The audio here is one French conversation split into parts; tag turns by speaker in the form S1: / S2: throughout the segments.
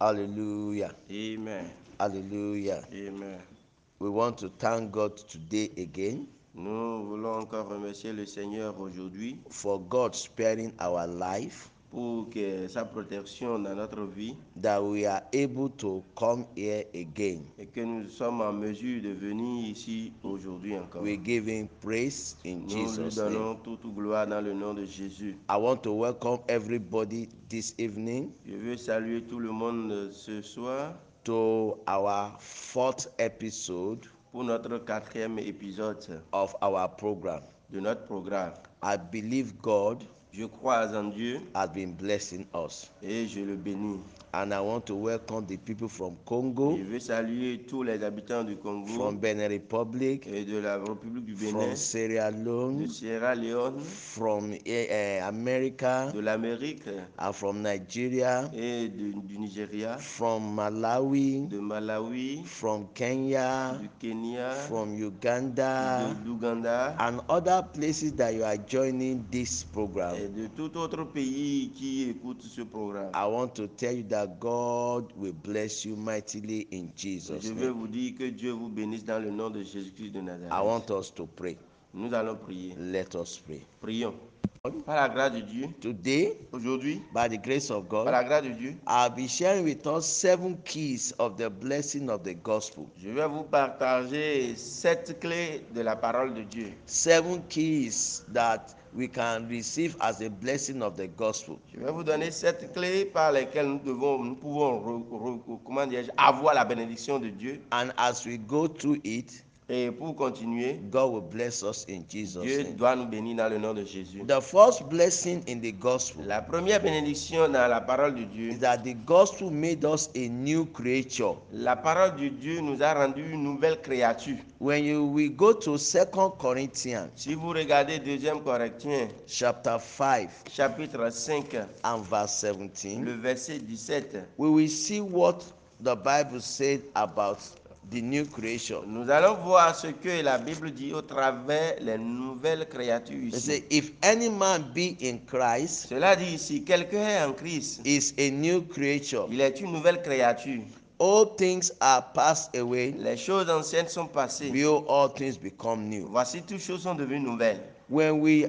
S1: Hallelujah.
S2: Amen.
S1: Hallelujah.
S2: Amen.
S1: We want to thank God today again
S2: Nous voulons encore remercier le Seigneur aujourd'hui
S1: for God sparing our life,
S2: pour que sa protection dans notre vie
S1: that we are able to come here again.
S2: et que nous sommes en mesure de venir ici aujourd'hui encore.
S1: We give Him praise in
S2: Nous lui
S1: Jesus' name.
S2: donnons toute gloire dans le nom de Jésus.
S1: I want to welcome everybody this evening
S2: Je veux saluer tout le monde euh, ce soir
S1: to our fourth episode
S2: pour notre quatrième épisode
S1: of our program.
S2: de notre programme.
S1: I believe God
S2: Je crois en Dieu
S1: has been blessing us.
S2: et je le bénis.
S1: And I want to welcome the people from Congo,
S2: Je veux saluer tous les habitants du Congo
S1: from Benin Republic,
S2: et de la République du Bénin,
S1: from Sierra
S2: de
S1: Leone,
S2: Sierra Leone,
S1: from eh, eh, America,
S2: de l'Amérique
S1: and from Nigeria,
S2: et de- du Nigeria,
S1: from Malawi,
S2: de Malawi,
S1: from Kenya,
S2: du Kenya,
S1: from Uganda,
S2: de l'Ouganda
S1: and other places that you are joining this program.
S2: et de tout autre pays qui écoute ce programme.
S1: I want to tell you that God will bless you mightily in
S2: Je
S1: Jesus'
S2: veux
S1: name.
S2: vous dire que Dieu vous bénisse dans le nom de Jésus-Christ de
S1: I
S2: Nazareth.
S1: want us to pray.
S2: Nous allons prier.
S1: Let us pray.
S2: Prions. Par la grâce de Dieu,
S1: Today,
S2: aujourd'hui,
S1: by the grace of
S2: par
S1: God,
S2: la grâce de Dieu,
S1: I'll be sharing with us seven keys of the blessing of the gospel.
S2: je vais vous partager sept clés de la parole de Dieu.
S1: Seven keys that we can receive as a blessing of the gospel.
S2: Je vais vous donner sept clés par lesquelles nous, devons, nous pouvons re- re- comment dirais-je, avoir la bénédiction de Dieu.
S1: And as we go through it,
S2: Et pour continuer,
S1: God will bless us in Jesus'
S2: Dieu
S1: name.
S2: doit nous bénir dans le nom de Jésus.
S1: The first blessing in the gospel
S2: La première bénédiction dans la parole de Dieu,
S1: is that the gospel made us a new creature.
S2: la parole de Dieu nous a rendu une nouvelle créature.
S1: When you we go to Second Corinthians
S2: Si vous regardez 2 Corinthiens
S1: chapter 5
S2: chapitre 5,
S1: and verse
S2: le
S1: 17,
S2: verset 17,
S1: we will see what the Bible said about the new creation.
S2: nous allons voir ce que la Bible dit au travers les nouvelles créatures
S1: They
S2: ici.
S1: say, if any man be in Christ,
S2: Cela dit ici, quelqu'un est en Christ,
S1: is a new creature.
S2: il est une nouvelle créature.
S1: All things are passed away.
S2: Les choses anciennes sont passées.
S1: Will all things become new?
S2: Voici, toutes choses sont devenues nouvelles.
S1: When we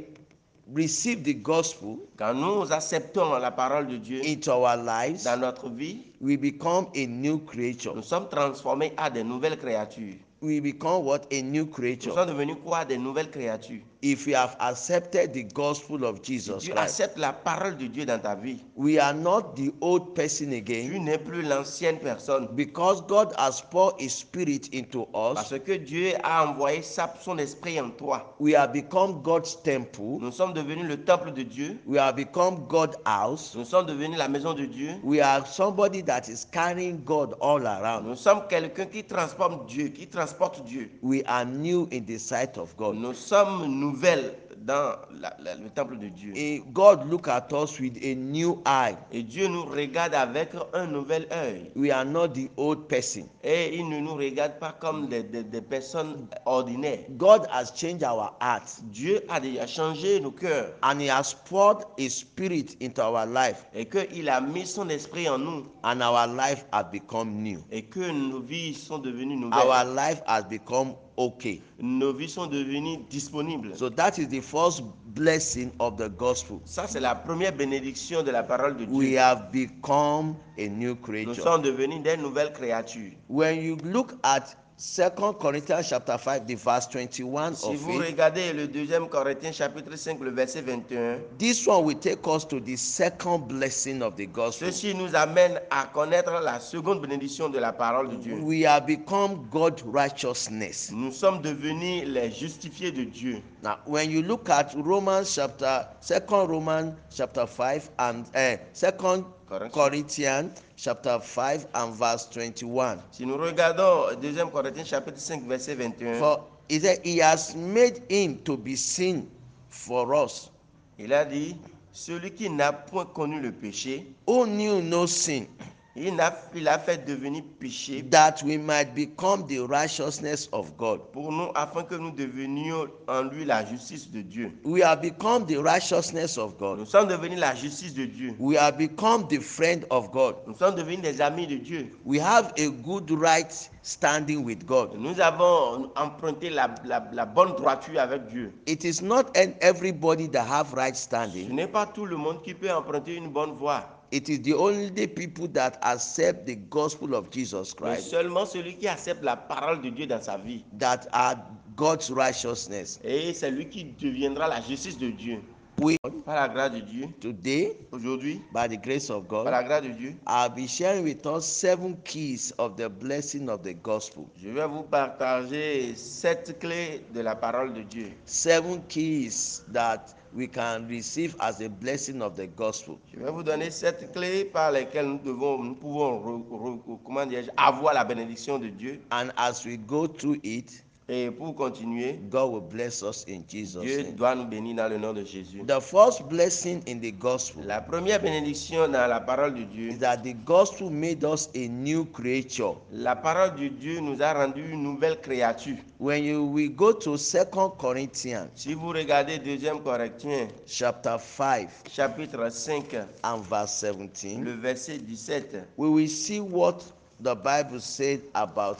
S1: receive the gospel
S2: Quand nous acceptons la parole de Dieu
S1: into our lives,
S2: dans notre vie,
S1: we become a new creature.
S2: nous sommes transformés à des nouvelles créatures.
S1: We become what? A new
S2: Nous
S1: creature.
S2: sommes devenus quoi Des nouvelles créatures.
S1: if you have accepted the gospel of
S2: Si
S1: Jesus
S2: tu
S1: Christ,
S2: acceptes la parole de Dieu dans ta vie,
S1: we are not the old person
S2: tu
S1: again
S2: n'es plus l'ancienne personne.
S1: because God has poured His Spirit into us.
S2: Parce que Dieu a envoyé sa- son esprit en toi.
S1: We have become God's temple.
S2: Nous sommes devenus le temple de Dieu.
S1: We have become God's house.
S2: Nous sommes devenus la maison de Dieu.
S1: We are somebody that is carrying God all around.
S2: Nous sommes quelqu'un qui transforme Dieu, qui transporte Dieu.
S1: We are new in the sight of God.
S2: Nous sommes nouvelles dans la- la- le temple de Dieu.
S1: Eh, God look at us with a new eye.
S2: Et Dieu nous regarde avec un nouvel œil.
S1: We are not the old person.
S2: Et il ne nous regarde pas comme des, des- des personnes ordinaires.
S1: God has changed our heart
S2: Dieu a déjà changé nos cœurs
S1: and He has poured His Spirit into our life.
S2: et qu'il a mis son esprit en nous
S1: and our life has become new.
S2: et que nos vies sont devenues
S1: Our
S2: nouvelles.
S1: life has become okay.
S2: Nos vies sont devenues disponibles.
S1: So that is the first blessing of the gospel.
S2: Ça, c'est la première bénédiction de la parole de
S1: We
S2: Dieu.
S1: have become a new
S2: Nous
S1: creature.
S2: sommes devenus des nouvelles créatures.
S1: When you look at 2 Corinthians chapter 5, the verse 21
S2: Si
S1: of
S2: vous
S1: it,
S2: regardez le deuxième Corinthiens chapitre 5, le verset 21,
S1: this one will take us to the second blessing of the gospel.
S2: ceci nous amène à connaître la seconde bénédiction de la parole de Dieu.
S1: We have become God's righteousness.
S2: Nous sommes devenus les justifiés de Dieu.
S1: Now, when you look at Romans chapter, second Romans chapter five and eh, second
S2: Corinthians.
S1: Corinthians chapter five and verse twenty-one.
S2: Si nous regardons 2 Corinthiens chapitre 5, verset 21,
S1: For he said, He has made him to be sin for us,
S2: il a dit, celui qui n'a point connu le péché,
S1: who knew no sin,
S2: Il a, il a fait devenir péché
S1: that we might become the righteousness of God.
S2: pour nous afin que nous devenions en lui la justice de Dieu.
S1: We have become the righteousness of
S2: Nous
S1: God.
S2: sommes devenus la justice de Dieu.
S1: We have become the friend of God.
S2: Nous sommes devenus des amis de Dieu.
S1: We have a good right standing with God.
S2: Nous avons emprunté la, la- la bonne droiture avec Dieu.
S1: It is not an everybody that have right
S2: Ce
S1: standing.
S2: n'est pas tout le monde qui peut emprunter une bonne voie,
S1: It is the only people that accept the gospel of Jesus
S2: mais
S1: Christ
S2: seulement celui qui accepte la parole de Dieu dans sa vie.
S1: that are God's righteousness.
S2: Et c'est lui qui deviendra la justice de Dieu.
S1: We
S2: Par la grâce de Dieu,
S1: today,
S2: aujourd'hui,
S1: by the grace of
S2: par
S1: God,
S2: la grâce de Dieu,
S1: I'll be sharing with us seven keys of the blessing of the gospel.
S2: je vais vous partager sept clés de la parole de Dieu.
S1: seven keys that we can receive as a blessing of the gospel.
S2: Je vais vous donner sept clés par lesquelles nous, devons, nous pouvons re- re- comment dirais-je, avoir la bénédiction de Dieu.
S1: And as we go through it,
S2: Et pour continuer,
S1: God will bless us in Jesus'
S2: Dieu
S1: name.
S2: doit nous bénir dans le nom de Jésus.
S1: The first blessing in the gospel
S2: La première bénédiction dans la parole de Dieu,
S1: is that the gospel made us a new creature.
S2: la parole de Dieu nous a rendu une nouvelle créature.
S1: When you we go to 2 Corinthians
S2: Si vous regardez 2 Corinthiens
S1: chapter 5
S2: chapitre 5,
S1: and verse 17,
S2: le verset 17,
S1: we will see what the Bible said about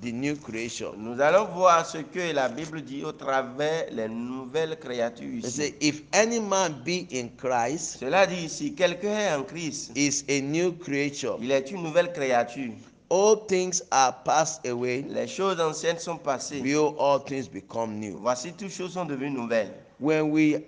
S1: the new creation.
S2: nous allons voir ce que la Bible dit au travers les nouvelles créatures
S1: It
S2: ici.
S1: says, if any man be in Christ,
S2: Cela dit ici, quelqu'un est en Christ,
S1: is a new creature.
S2: il est une nouvelle créature.
S1: All things are passed away.
S2: Les choses anciennes sont passées.
S1: Behold, all things become new.
S2: Voici, toutes choses sont devenues nouvelles.
S1: When we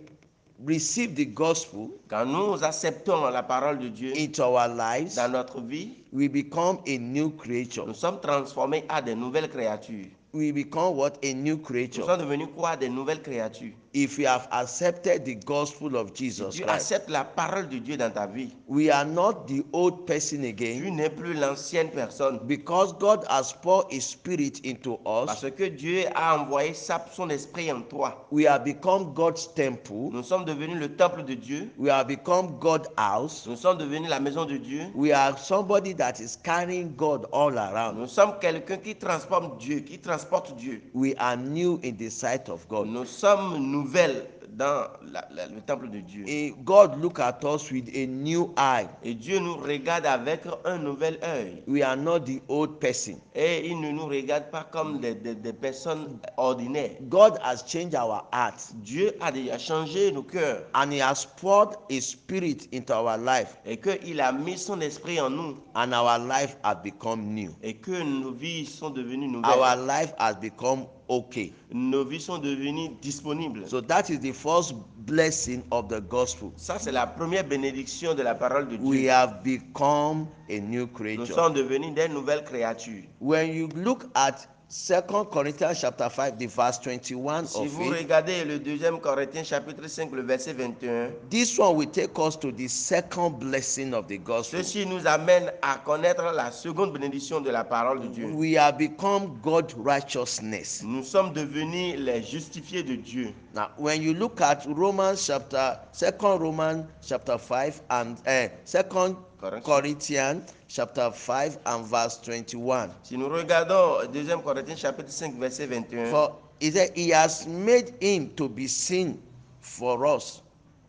S1: receive the gospel
S2: Quand nous acceptons la parole de Dieu
S1: into our lives,
S2: dans notre vie,
S1: we become a new creature.
S2: Nous sommes transformés à des nouvelles créatures.
S1: We become what? A new
S2: Nous
S1: creature.
S2: sommes devenus quoi Des nouvelles créatures.
S1: If we have accepted the gospel of Jesus
S2: Tu
S1: Christ,
S2: acceptes la parole de Dieu dans ta vie.
S1: we are not the old person
S2: Tu
S1: again
S2: n'es plus l'ancienne personne.
S1: because God has poured His Spirit into us.
S2: Parce que Dieu a envoyé sa- son esprit en toi.
S1: We have become God's temple.
S2: Nous sommes devenus le temple de Dieu.
S1: We have become God's house.
S2: Nous sommes devenus la maison de Dieu.
S1: We are somebody that is carrying God all around.
S2: Nous sommes quelqu'un qui transforme Dieu, qui transporte Dieu.
S1: We are new in the sight of God.
S2: Nous sommes nouvelles dans la- la- le temple de Dieu.
S1: Eh, God look at us with a new eye.
S2: Et Dieu nous regarde avec un nouvel œil.
S1: We are not the old person.
S2: Et il ne nous regarde pas comme des- des- des personnes ordinaires.
S1: God has changed our heart
S2: Dieu a déjà changé nos cœurs
S1: and He has poured His Spirit into our life,
S2: et qu'il a mis son esprit en nous
S1: and our life has become new.
S2: et que nos vies sont devenues nouvelles.
S1: Our life has become okay.
S2: Nos vies sont devenues disponibles.
S1: So that is the first blessing of the gospel.
S2: Ça, c'est la première bénédiction de la parole de
S1: We
S2: Dieu.
S1: have become a new
S2: Nous
S1: creature.
S2: sommes devenus des nouvelles créatures.
S1: When you look at 2 Corinthians chapter 5, the verse 21
S2: Si
S1: of
S2: vous
S1: it,
S2: regardez le 2 Corinthiens chapitre 5, le verset 21,
S1: this one will take us to the second blessing of the gospel.
S2: ceci nous amène à connaître la seconde bénédiction de la parole de Dieu.
S1: We have become God's righteousness.
S2: Nous sommes devenus les justifiés de Dieu.
S1: Now, when you look at Romans chapter 2 Romans chapter 5 and eh, 2
S2: Corinthians.
S1: Corinthians chapter 5 and verse 21.
S2: Si nous regardons 2 Corinthiens chapitre 5, verset 21,
S1: For he said, He has made him to be sin for us,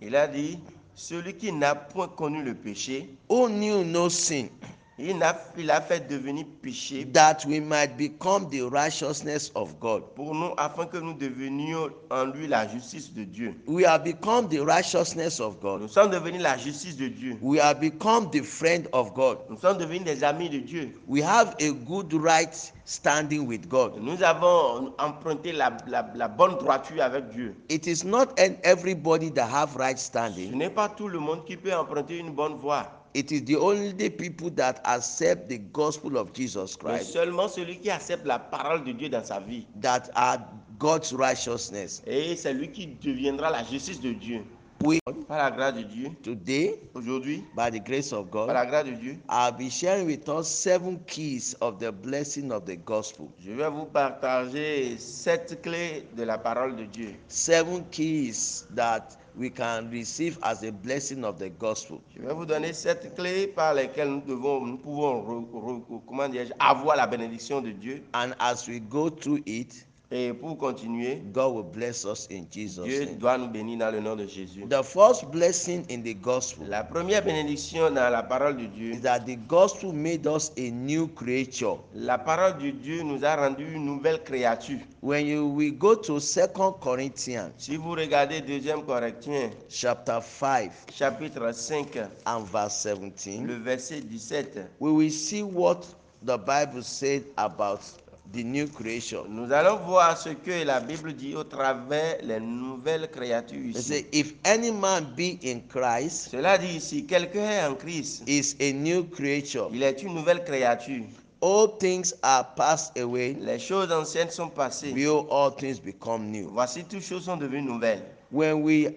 S2: Il a dit, celui qui n'a point connu le péché,
S1: who knew no sin.
S2: il a, il a fait devenir péché
S1: that we might become the righteousness of God.
S2: pour nous afin que nous devenions en lui la justice de Dieu.
S1: We have become the righteousness of
S2: Nous
S1: God.
S2: sommes devenus la justice de Dieu.
S1: We have become the friend of God.
S2: Nous sommes devenus des amis de Dieu.
S1: We have a good right standing with God.
S2: Nous avons emprunté la, la- la bonne droiture avec Dieu.
S1: It is not an everybody that have right
S2: Ce
S1: standing.
S2: n'est pas tout le monde qui peut emprunter une bonne voie,
S1: It is the only people that accept the gospel of Jesus
S2: mais
S1: Christ
S2: seulement celui qui accepte la parole de Dieu dans sa vie.
S1: that are God's righteousness.
S2: Et c'est lui qui deviendra la justice de Dieu.
S1: We
S2: Par la grâce de Dieu,
S1: today,
S2: aujourd'hui,
S1: by the grace of
S2: par
S1: God,
S2: la grâce de Dieu,
S1: I'll be sharing with us seven keys of the blessing of the gospel.
S2: Je vais vous partager sept clés de la parole de Dieu.
S1: seven keys that we can receive as a blessing of the gospel.
S2: Je vais vous donner sept clés par lesquelles nous, devons, nous pouvons re- re- comment dirais-je, avoir la bénédiction de Dieu.
S1: And as we go through it,
S2: Et pour continuer,
S1: God will bless us in Jesus'
S2: Dieu
S1: name.
S2: doit nous bénir dans le nom de Jésus.
S1: The first blessing in the gospel
S2: La première bénédiction dans la parole de Dieu,
S1: is that the gospel made us a new creature.
S2: la parole de Dieu nous a rendu une nouvelle créature.
S1: When you we go to 2 Corinthians
S2: Si vous regardez 2 Corinthiens
S1: chapter 5
S2: chapitre 5,
S1: and verse
S2: le
S1: 17,
S2: verset 17,
S1: we will see what the Bible said about the new creation.
S2: nous allons voir ce que la Bible dit au travers les nouvelles créatures
S1: They
S2: ici.
S1: say, if any man be in Christ,
S2: Cela dit ici, quelqu'un est en Christ,
S1: is a new creature.
S2: il est une nouvelle créature.
S1: All things are passed away.
S2: Les choses anciennes sont passées.
S1: Behold, all things become new.
S2: Voici, toutes choses sont devenues nouvelles.
S1: When we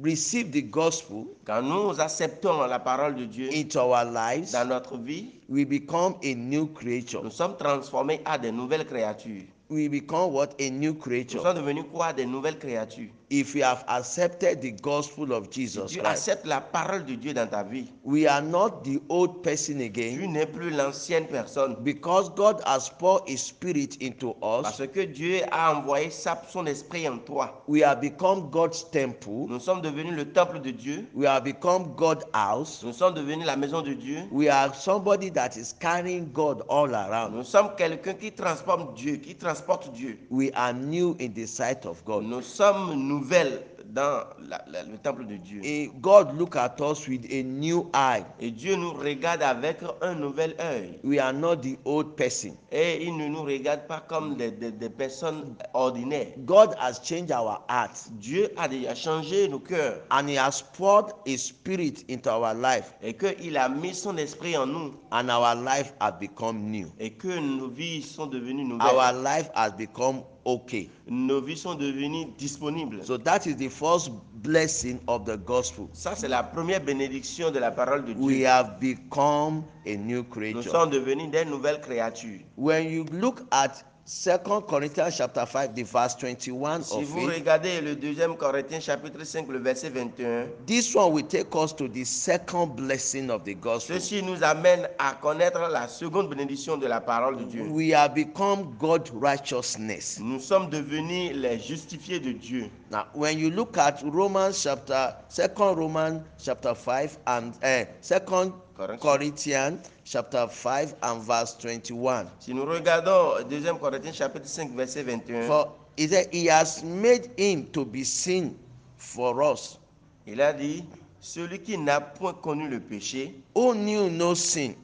S1: receive the gospel
S2: Quand nous acceptons la parole de Dieu
S1: into our lives,
S2: dans notre vie,
S1: we become a new creature.
S2: nous sommes transformés à des nouvelles créatures.
S1: We become what? A new
S2: Nous
S1: creature.
S2: sommes devenus quoi Des nouvelles créatures.
S1: If we have accepted the gospel of
S2: Si
S1: Jesus
S2: tu
S1: Christ,
S2: acceptes la parole de Dieu dans ta vie,
S1: we are not the old person
S2: tu
S1: again
S2: n'es plus l'ancienne personne.
S1: because God has poured His Spirit into us.
S2: Parce que Dieu a envoyé sa- son esprit en toi.
S1: We have become God's temple.
S2: Nous sommes devenus le temple de Dieu.
S1: We have become God's house.
S2: Nous sommes devenus la maison de Dieu.
S1: We are somebody that is carrying God all around.
S2: Nous sommes quelqu'un qui transforme Dieu, qui transporte Dieu.
S1: We are new in the sight of God.
S2: Nous sommes nouvelles dans la- la- le temple de Dieu.
S1: Eh, God look at us with a new eye.
S2: Et Dieu nous regarde avec un nouvel œil.
S1: We are not the old person.
S2: Et il ne nous regarde pas comme des, des- des personnes ordinaires.
S1: God has changed our heart
S2: Dieu a déjà changé nos cœurs
S1: and He has poured His Spirit into our life,
S2: et qu'il a mis son esprit en nous
S1: and our life has become new.
S2: et que nos vies sont devenues nouvelles.
S1: Our life has become okay.
S2: Nos vies sont devenues disponibles.
S1: So that is the first blessing of the gospel.
S2: Ça, c'est la première bénédiction de la parole de
S1: We
S2: Dieu.
S1: have become a new
S2: Nous
S1: creature.
S2: sommes devenus des nouvelles créatures.
S1: When you look at 2 Corinthians chapter 5, the verse 21
S2: Si
S1: of
S2: vous
S1: it,
S2: regardez le deuxième Corinthiens chapitre 5, le verset 21,
S1: This one will take us to the second blessing of the gospel.
S2: ceci nous amène à connaître la seconde bénédiction de la parole de Dieu.
S1: We have become God's righteousness.
S2: Nous sommes devenus les justifiés de Dieu.
S1: Now, when you look at Romans chapter, second Romans chapter five and eh, second
S2: Corinthians.
S1: Corinthians chapter five and verse twenty-one,
S2: Si nous regardons 2 Corinthiens chapitre 5 verset 21,
S1: for he said, "He has made him to be sin for us,
S2: il a dit, celui qui n'a point connu le péché,
S1: who knew no sin,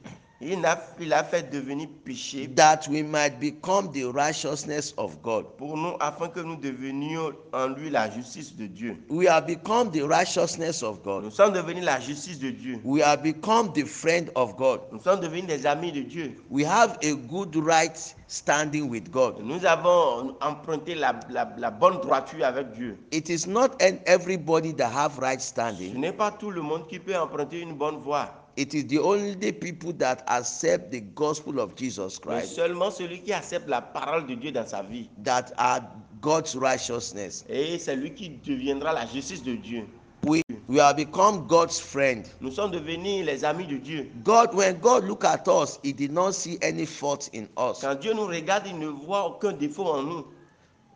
S2: il a, il a fait devenir péché
S1: that we might become the righteousness of God."
S2: pour nous afin que nous devenions en lui la justice de Dieu.
S1: We have become the righteousness of God.
S2: Nous sommes devenus la justice de Dieu.
S1: We have become the friend of God.
S2: Nous sommes devenus des amis de Dieu.
S1: We have a good right standing with God.
S2: Nous avons emprunté la, la- la bonne droiture avec Dieu.
S1: It is not an everybody that have right
S2: Ce
S1: standing.
S2: n'est pas tout le monde qui peut emprunter une bonne voie.
S1: It is the only people that accept the gospel of Jesus
S2: Mais
S1: Christ
S2: seulement celui qui accepte la parole de Dieu dans sa vie.
S1: that are God's righteousness.
S2: Et c'est lui qui deviendra la justice de Dieu.
S1: We we have become God's friend.
S2: Nous sommes devenus les amis de Dieu.
S1: God, when God look at us, He did not see any fault in us
S2: Quand Dieu nous regarde, il ne voit aucun défaut en nous.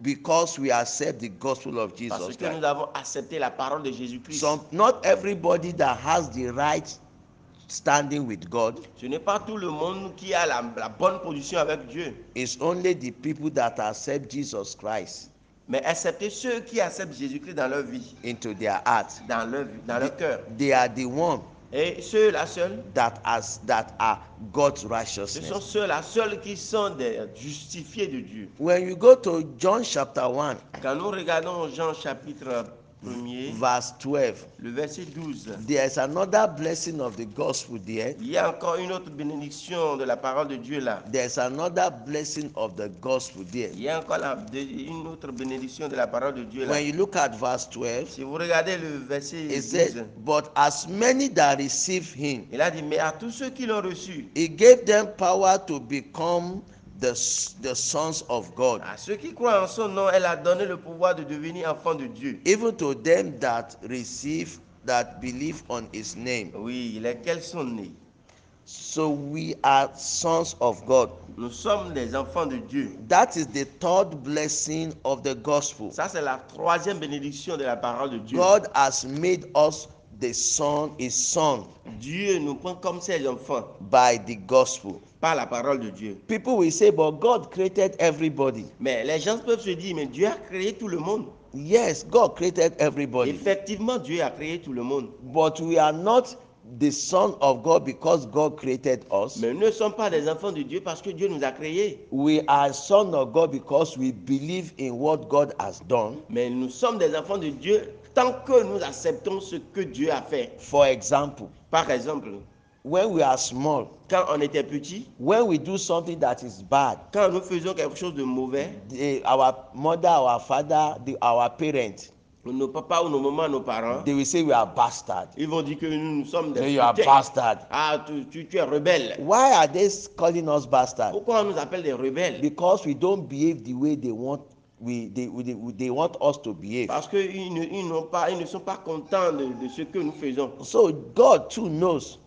S1: because we accept the gospel of Jesus
S2: Parce que nous
S1: Christ.
S2: avons accepté la parole de Jésus-Christ.
S1: Some, not everybody that has the right standing with God
S2: Ce n'est pas tout le monde qui a la, la bonne position avec Dieu.
S1: It's only the people that accept Jesus Christ
S2: Mais accepter ceux qui acceptent Jésus-Christ dans leur vie,
S1: into their heart.
S2: dans leur, vie, dans leur cœur.
S1: They are the one
S2: Et ceux-là seuls,
S1: that as that are God's
S2: ce sont
S1: righteousness.
S2: ceux-là seuls qui sont des justifiés de Dieu.
S1: When you go to John chapter 1,
S2: Quand nous regardons Jean chapitre 1er,
S1: verse 12,
S2: le verset 12,
S1: there is another blessing of the gospel there.
S2: il y a encore une autre bénédiction de la parole de Dieu là.
S1: There is another blessing of the gospel there.
S2: Il y a encore la- de- une autre bénédiction de la parole de Dieu là.
S1: When you look at verse 12,
S2: Si vous regardez le verset
S1: it
S2: 12,
S1: says, But as many that receive him,
S2: il a dit, mais à tous ceux qui l'ont reçu,
S1: he gave them power to become the, s- the sons of God,
S2: À ceux qui croient en son nom, elle a donné le pouvoir de devenir enfants de Dieu.
S1: even to them that receive, that believe on his name.
S2: Oui, lesquels sont nés.
S1: So we are sons of God.
S2: Nous sommes des enfants de Dieu.
S1: That is the third blessing of the gospel.
S2: Ça, c'est la troisième bénédiction de la parole de Dieu.
S1: God has made us the son, his son,
S2: Dieu nous prend comme ses enfants
S1: by the gospel.
S2: par la parole de Dieu.
S1: People will say, but God created everybody.
S2: Mais les gens peuvent se dire, mais Dieu a créé tout le monde.
S1: Yes, God created everybody.
S2: Effectivement, Dieu a créé tout le monde.
S1: But we are not the son of God because God created us.
S2: Mais nous ne sommes pas des enfants de Dieu parce que Dieu nous a créés.
S1: We are son of God because we believe in what God has done.
S2: Mais nous sommes des enfants de Dieu tant que nous acceptons ce que Dieu a fait.
S1: For example,
S2: Par exemple,
S1: when we are small,
S2: quand on était petit,
S1: when we do something that is bad,
S2: quand nous faisions quelque chose de mauvais,
S1: the- our mother, our father, the, our parent,
S2: nos papas ou nos mamans, nos parents,
S1: they will say we are bastard.
S2: ils vont dire que nous, nous sommes
S1: Say
S2: des
S1: you are
S2: foutais.
S1: bastard.
S2: Ah, tu, tu- tu es rebelle.
S1: Why are they calling us bastard?
S2: Pourquoi on nous appelle des rebelles
S1: Because we don't behave the way they want we they, we- they, they want us to behave.
S2: Parce qu'ils ne, ils n'ont pas- ils ne sont pas contents de, de ce que nous faisons.
S1: So God too knows.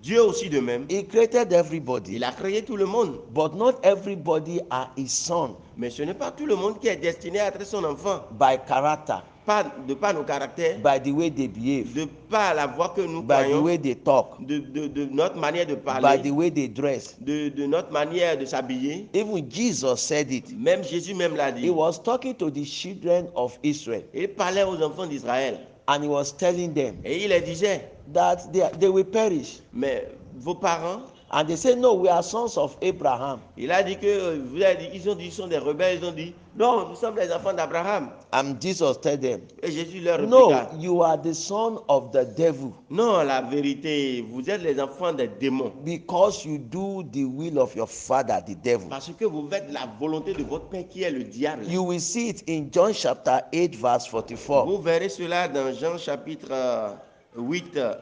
S2: Dieu aussi de même.
S1: He created everybody,
S2: Il a créé tout le monde.
S1: but not everybody are his son
S2: Mais ce n'est pas tout le monde qui est destiné à être son enfant.
S1: by character,
S2: Pas, de par nos caractères,
S1: by the way they behave,
S2: de par la voix que nous
S1: by the
S2: croyons,
S1: way they talk,
S2: de, de- de notre manière de
S1: by the
S2: parler,
S1: way they dress.
S2: de, de notre manière de s'habiller.
S1: Even Jesus said it.
S2: Même Jésus même l'a
S1: He
S2: dit.
S1: was talking to the children of Israel
S2: Il parlait aux enfants d'Israël
S1: and he was telling them
S2: et il leur disait,
S1: that they, they will perish.
S2: mais vos parents,
S1: And they said, No, we are sons of Abraham.
S2: il a dit que euh, vous avez dit, ils ont dit ils sont des rebelles, ils ont dit non, nous sommes les enfants d'Abraham.
S1: And Jesus told them,
S2: Et Jésus leur répliqua,
S1: No, you are the son of the devil
S2: non, la vérité, vous êtes les enfants des démons
S1: because you do the will of your father, the devil.
S2: parce que vous faites la volonté de votre père qui est le diable.
S1: You will see it in John chapter 8, verse 44.
S2: Vous verrez cela dans Jean chapitre euh, 8. euh,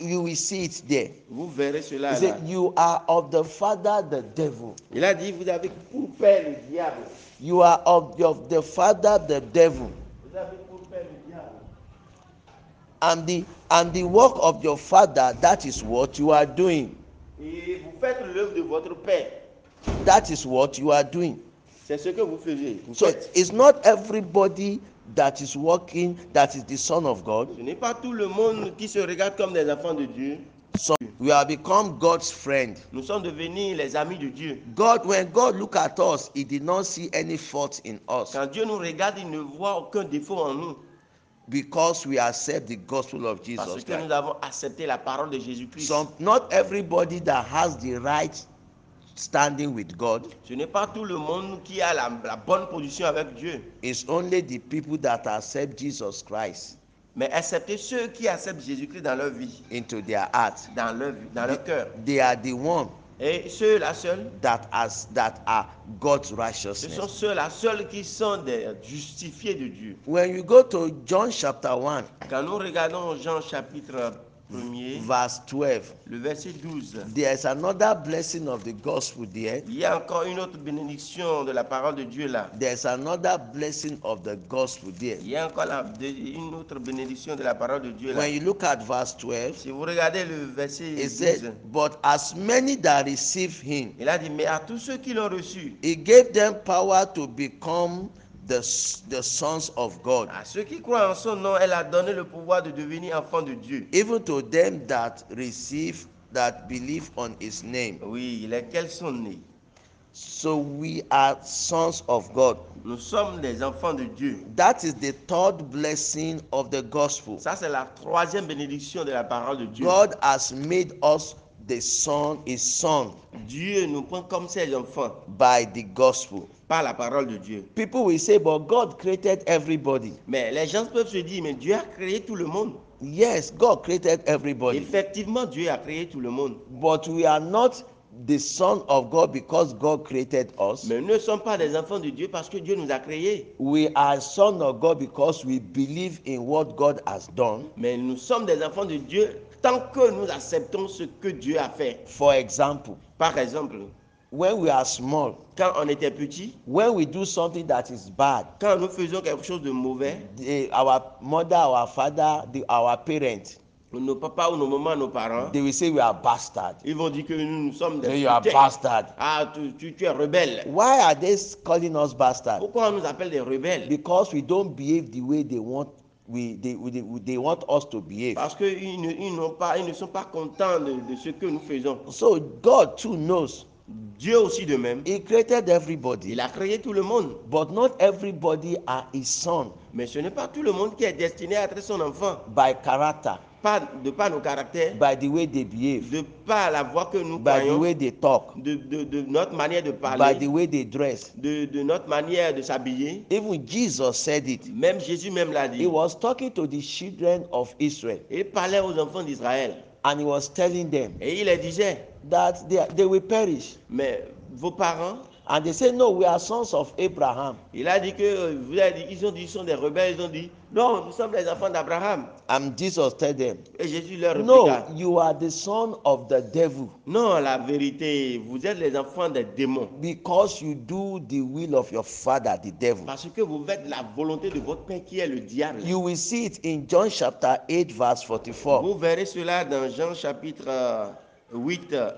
S1: You will see it there.
S2: Vous verrez cela
S1: He
S2: là.
S1: said, You are of the father, the devil.
S2: Il a dit, vous avez pour père le diable.
S1: You are of the, of the father, the devil.
S2: Vous avez pour père le diable.
S1: And the and the work of your father, that is what you are doing.
S2: Et vous faites l'œuvre de votre père.
S1: That is what you are doing.
S2: C'est ce que vous faisiez. Vous
S1: So
S2: faites.
S1: it's not everybody that is working that is the son of God.
S2: Ce n'est pas tout le monde qui se regarde comme des enfants de Dieu.
S1: So we have become God's friend.
S2: Nous sommes devenus les amis de Dieu.
S1: God, when God looked at us, he did not see any fault in us
S2: Quand Dieu nous regarde, il ne voit aucun défaut en nous.
S1: because we accept the gospel of
S2: Parce
S1: Jesus
S2: que nous
S1: Christ.
S2: avons accepté la parole de Jésus-Christ.
S1: Some, not everybody that has the right standing with God
S2: Ce n'est pas tout le monde qui a la- la bonne position avec Dieu.
S1: is only the people that accept Jesus Christ
S2: Mais accepter ceux qui acceptent Jésus-Christ dans leur vie,
S1: into their heart.
S2: dans leur, vie, dans leur cœur.
S1: They are the one
S2: Et ceux-là seuls,
S1: that has that are God's
S2: ce sont
S1: righteousness.
S2: ceux-là seuls qui sont des justifiés de Dieu.
S1: When you go to John chapter 1,
S2: Quand nous regardons Jean chapitre 1er,
S1: verse 12,
S2: le verset 12,
S1: there's another blessing of the gospel there.
S2: il y a encore une autre bénédiction de la parole de Dieu là.
S1: There's another blessing of the gospel there.
S2: Il y a encore la- de- une autre bénédiction de la parole de Dieu là.
S1: When you look at verse 12,
S2: Si vous regardez le verset
S1: it
S2: 12,
S1: said, But as many that receive him,
S2: il a dit, mais à tous ceux qui l'ont reçu,
S1: he gave them power to become the, s- the sons of God,
S2: à ceux qui croient en son nom, elle a donné le pouvoir de devenir enfants de Dieu.
S1: even to them that receive, that believe on his name.
S2: Oui, lesquels sont nés.
S1: So we are sons of God.
S2: Nous sommes des enfants de Dieu.
S1: That is the third blessing of the gospel.
S2: Ça, c'est la troisième bénédiction de la parole de Dieu.
S1: God has made us the son, his son,
S2: Dieu nous prend comme ses enfants
S1: by the gospel.
S2: par la parole de Dieu.
S1: People will say, but God created everybody.
S2: Mais les gens peuvent se dire, mais Dieu a créé tout le monde.
S1: Yes, God created everybody.
S2: Effectivement, Dieu a créé tout le monde.
S1: But we are not the son of God because God created us.
S2: Mais nous ne sommes pas des enfants de Dieu parce que Dieu nous a créés.
S1: We are son of God because we believe in what God has done.
S2: Mais nous sommes des enfants de Dieu tant que nous acceptons ce que Dieu a fait.
S1: For example,
S2: Par exemple,
S1: when we are small,
S2: Quand on était petit,
S1: when we do something that is bad,
S2: quand nous faisions quelque chose de mauvais,
S1: the, our mother, our father, the, our parent,
S2: nos papas ou nos mamans, nos parents,
S1: they will say we are bastard.
S2: ils vont dire que nous, nous sommes
S1: Say
S2: des
S1: you are
S2: putains.
S1: bastard.
S2: Ah, tu, tu- tu es rebelle.
S1: Why are they calling us bastard?
S2: Pourquoi on nous appelle des rebelles
S1: Because we don't behave the way they want we they we, they, they want us to behave.
S2: Parce qu'ils ne, ils n'ont pas- ils ne sont pas contents de, de ce que nous faisons.
S1: So God too knows.
S2: Dieu aussi de même,
S1: He created everybody,
S2: il a créé tout le monde.
S1: but not everybody are his son
S2: Mais ce n'est pas tout le monde qui est destiné à être son enfant.
S1: by character,
S2: Pas, de par nos caractères,
S1: by the way they behave,
S2: de par la voix que nous
S1: by the
S2: croyons,
S1: way they talk,
S2: de, de- de notre manière de
S1: by the
S2: parler,
S1: way they dress.
S2: de, de notre manière de s'habiller.
S1: Even Jesus said it.
S2: Même Jésus même l'a
S1: He
S2: dit.
S1: was talking to the children of Israel
S2: Il parlait aux enfants d'Israël
S1: and he was telling them
S2: et il leur disait,
S1: that they, they will perish.
S2: mais vos parents,
S1: And they said, No, we are sons of Abraham.
S2: il a dit que euh, vous avez dit, ils ont dit ils sont des rebelles, ils ont dit non, nous sommes les enfants d'Abraham.
S1: And Jesus told them,
S2: Et Jésus leur répliqua,
S1: No, you are the son of the devil
S2: non, la vérité, vous êtes les enfants des démons
S1: because you do the will of your father, the devil.
S2: parce que vous faites la volonté de votre père qui est le diable.
S1: You will see it in John chapter 8, verse 44.
S2: Vous verrez cela dans Jean chapitre euh, 8. euh,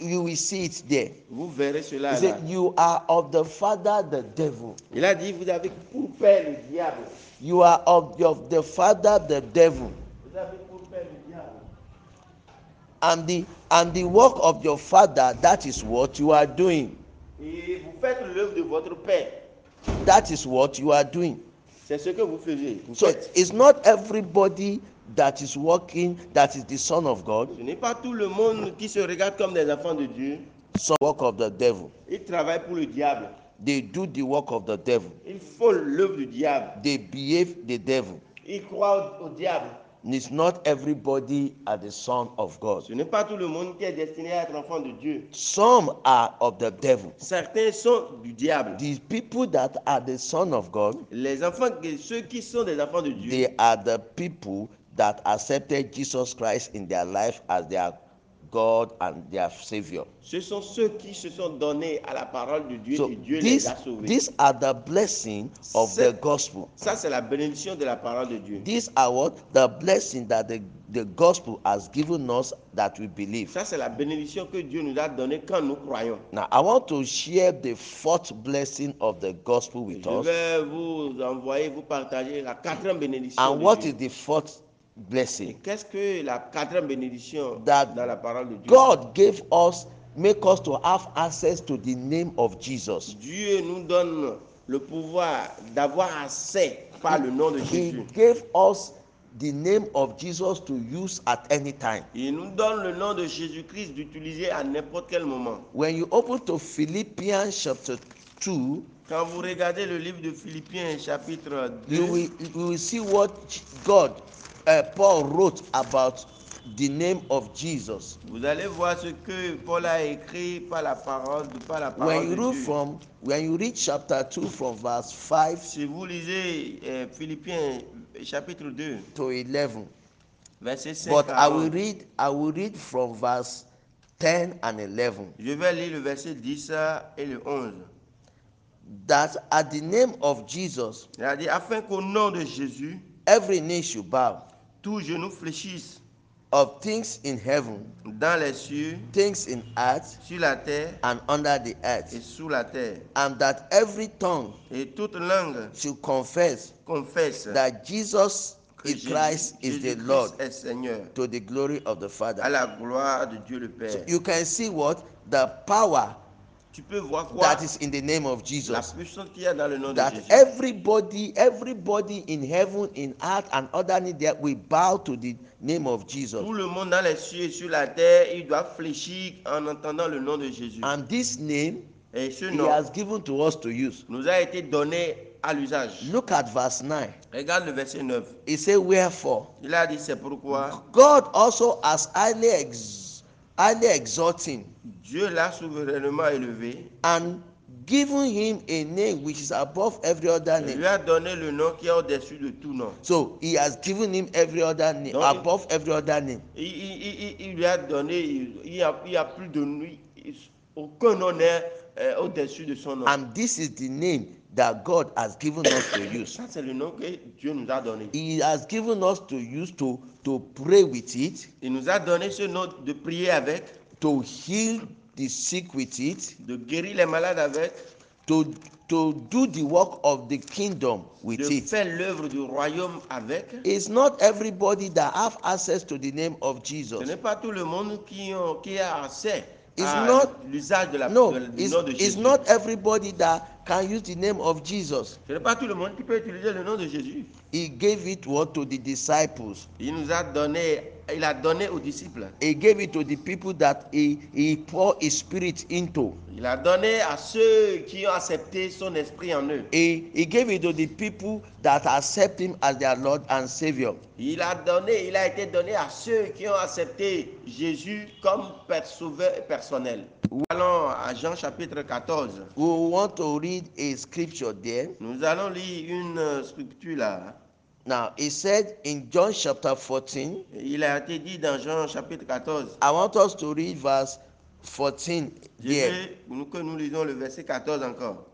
S1: You will see it there.
S2: Vous verrez
S1: He
S2: cela. là.
S1: said, You are of the father, the devil.
S2: Il a dit, vous avez pour père le diable.
S1: You are of your, the father, the devil.
S2: Vous avez pour père le diable.
S1: And the and the work of your father, that is what you are doing.
S2: Et vous faites l'œuvre de votre père.
S1: That is what you are doing.
S2: C'est ce que vous faisiez. Vous
S1: So
S2: faites.
S1: it's not everybody that is working that is the son of God.
S2: Ce n'est pas tout le monde qui se regarde comme des enfants de Dieu.
S1: some work of the devil.
S2: Ils travaillent pour le diable.
S1: They do the work of the devil.
S2: Ils font l'œuvre du diable.
S1: They behave the devil.
S2: Ils croient au, au diable.
S1: And It's not everybody are the son of God.
S2: Ce n'est pas tout le monde qui est destiné à être enfant de Dieu.
S1: Some are of the devil.
S2: Certains sont du diable.
S1: The people that are the son of God,
S2: Les enfants, ceux qui sont des enfants de Dieu,
S1: they are the people that accepted Jesus Christ in their life as their God and their Savior.
S2: Ce sont ceux qui se sont donnés à la parole de Dieu
S1: So
S2: et Dieu
S1: these,
S2: les a sauvés.
S1: these are the blessing of the
S2: C'est-
S1: gospel.
S2: Ça, c'est la bénédiction de la parole de Dieu.
S1: These are what the blessing that the, the gospel has given us that we believe.
S2: Ça, c'est la bénédiction que Dieu nous a donnée quand nous croyons.
S1: Now, I want to share the fourth blessing of the gospel with
S2: Je
S1: us.
S2: vais vous envoyer, vous partager la quatrième bénédiction.
S1: And
S2: de
S1: what
S2: Dieu.
S1: is the fourth
S2: Et
S1: blessing?
S2: Qu'est-ce que la quatrième bénédiction
S1: That
S2: dans la parole de Dieu
S1: God gave us, make us to have access to the name of Jesus.
S2: Dieu nous donne le pouvoir d'avoir accès par le nom de
S1: He
S2: Jésus.
S1: gave us the name of Jesus to use at any time.
S2: Il nous donne le nom de Jésus-Christ d'utiliser à n'importe quel moment.
S1: When you open to Philippians chapter 2,
S2: Quand vous regardez le livre de Philippiens, chapitre 2,
S1: you will, you will see what God, uh, Paul wrote about the name of Jesus.
S2: Vous allez voir ce que Paul a écrit par la parole, par la parole
S1: When you
S2: de
S1: read
S2: Dieu.
S1: from when you read chapter 2 from verse 5
S2: Si vous lisez euh, Philippiens euh, chapitre 2,
S1: to 11,
S2: verset 5
S1: but
S2: à
S1: I will
S2: 11,
S1: read I will read from verse 10 and 11
S2: je vais lire le verset 10 et le 11.
S1: that at the name of Jesus
S2: Il a dit, afin qu'au nom de Jésus,
S1: every knee should bow
S2: tout genou fléchisse
S1: of things in heaven,
S2: dans les cieux,
S1: things in earth
S2: sur la terre
S1: and under the
S2: et
S1: earth,
S2: sous la terre.
S1: and that every tongue
S2: Et toute langue
S1: should confess
S2: confesse
S1: that Jesus
S2: que
S1: is
S2: Jésus,
S1: Christ is the
S2: Jésus-Christ
S1: Lord
S2: est Seigneur,
S1: to the glory of the
S2: à
S1: Father.
S2: la gloire de Dieu le Père.
S1: So you can see what the power
S2: tu peux voir quoi
S1: that is in the name of
S2: La
S1: Jesus.
S2: puissance qu'il y a dans le nom de
S1: That
S2: Jésus.
S1: everybody, everybody in heaven, in earth, and underneath that we bow to the name of Jesus.
S2: Tout le monde dans les cieux et sur la terre, il doit fléchir en entendant le nom de Jésus.
S1: And this name
S2: Et ce
S1: he
S2: nom
S1: has given to us to use.
S2: nous a été donné à l'usage.
S1: Look at verse 9.
S2: Regarde le verset 9.
S1: He said, Wherefore,
S2: Il a dit, c'est pourquoi
S1: God also has highly, ex- highly exalting
S2: Dieu l'a souverainement élevé.
S1: and given him a name which is above every other
S2: Il
S1: name.
S2: lui a donné le nom qui est au-dessus de tout nom.
S1: So he has given him every other name,
S2: Don't you-
S1: above every other name.
S2: Il, il- il- il- il lui a donné, il n'y a, il y a plus de nuit. Aucun nom n'est euh, au-dessus de son nom.
S1: And this is the name that God has given us to use.
S2: Ça, c'est le nom que Dieu nous a donné.
S1: He has given us to use to, to pray with it,
S2: Il nous a donné ce nom de prier avec,
S1: to heal the sick with it,
S2: de guérir les malades avec,
S1: to, to do the work of the kingdom with
S2: de
S1: it.
S2: faire l'œuvre du royaume avec.
S1: It's not everybody that have access to the name of
S2: Ce
S1: Jesus.
S2: n'est pas tout le monde qui, ont- qui a accès
S1: It's
S2: à
S1: not-
S2: l'usage de la
S1: No,
S2: de- du
S1: it's,
S2: nom de
S1: it's
S2: Jésus.
S1: not everybody that can use the name of Jesus.
S2: Ce n'est pas tout le monde qui peut utiliser le nom de Jésus.
S1: He gave it what to the disciples.
S2: Il nous a donné, il a donné aux disciples.
S1: He gave it to the people that he, he poured his spirit into.
S2: Il a donné à ceux qui ont accepté son esprit en eux.
S1: He, he gave it to the people that accept him as their Lord and Savior.
S2: Il a donné, il a été donné à ceux qui ont accepté Jésus comme père sauveur personnel. Allons à Jean chapitre 14.
S1: We want to read a scripture there.
S2: Nous allons lire une euh, scripture là.
S1: Now, it said in John chapter 14,
S2: Il a été dit dans Jean chapitre 14.
S1: I want us to read verse 14
S2: Je
S1: there.
S2: veux nous- que nous lisons le verset 14 encore.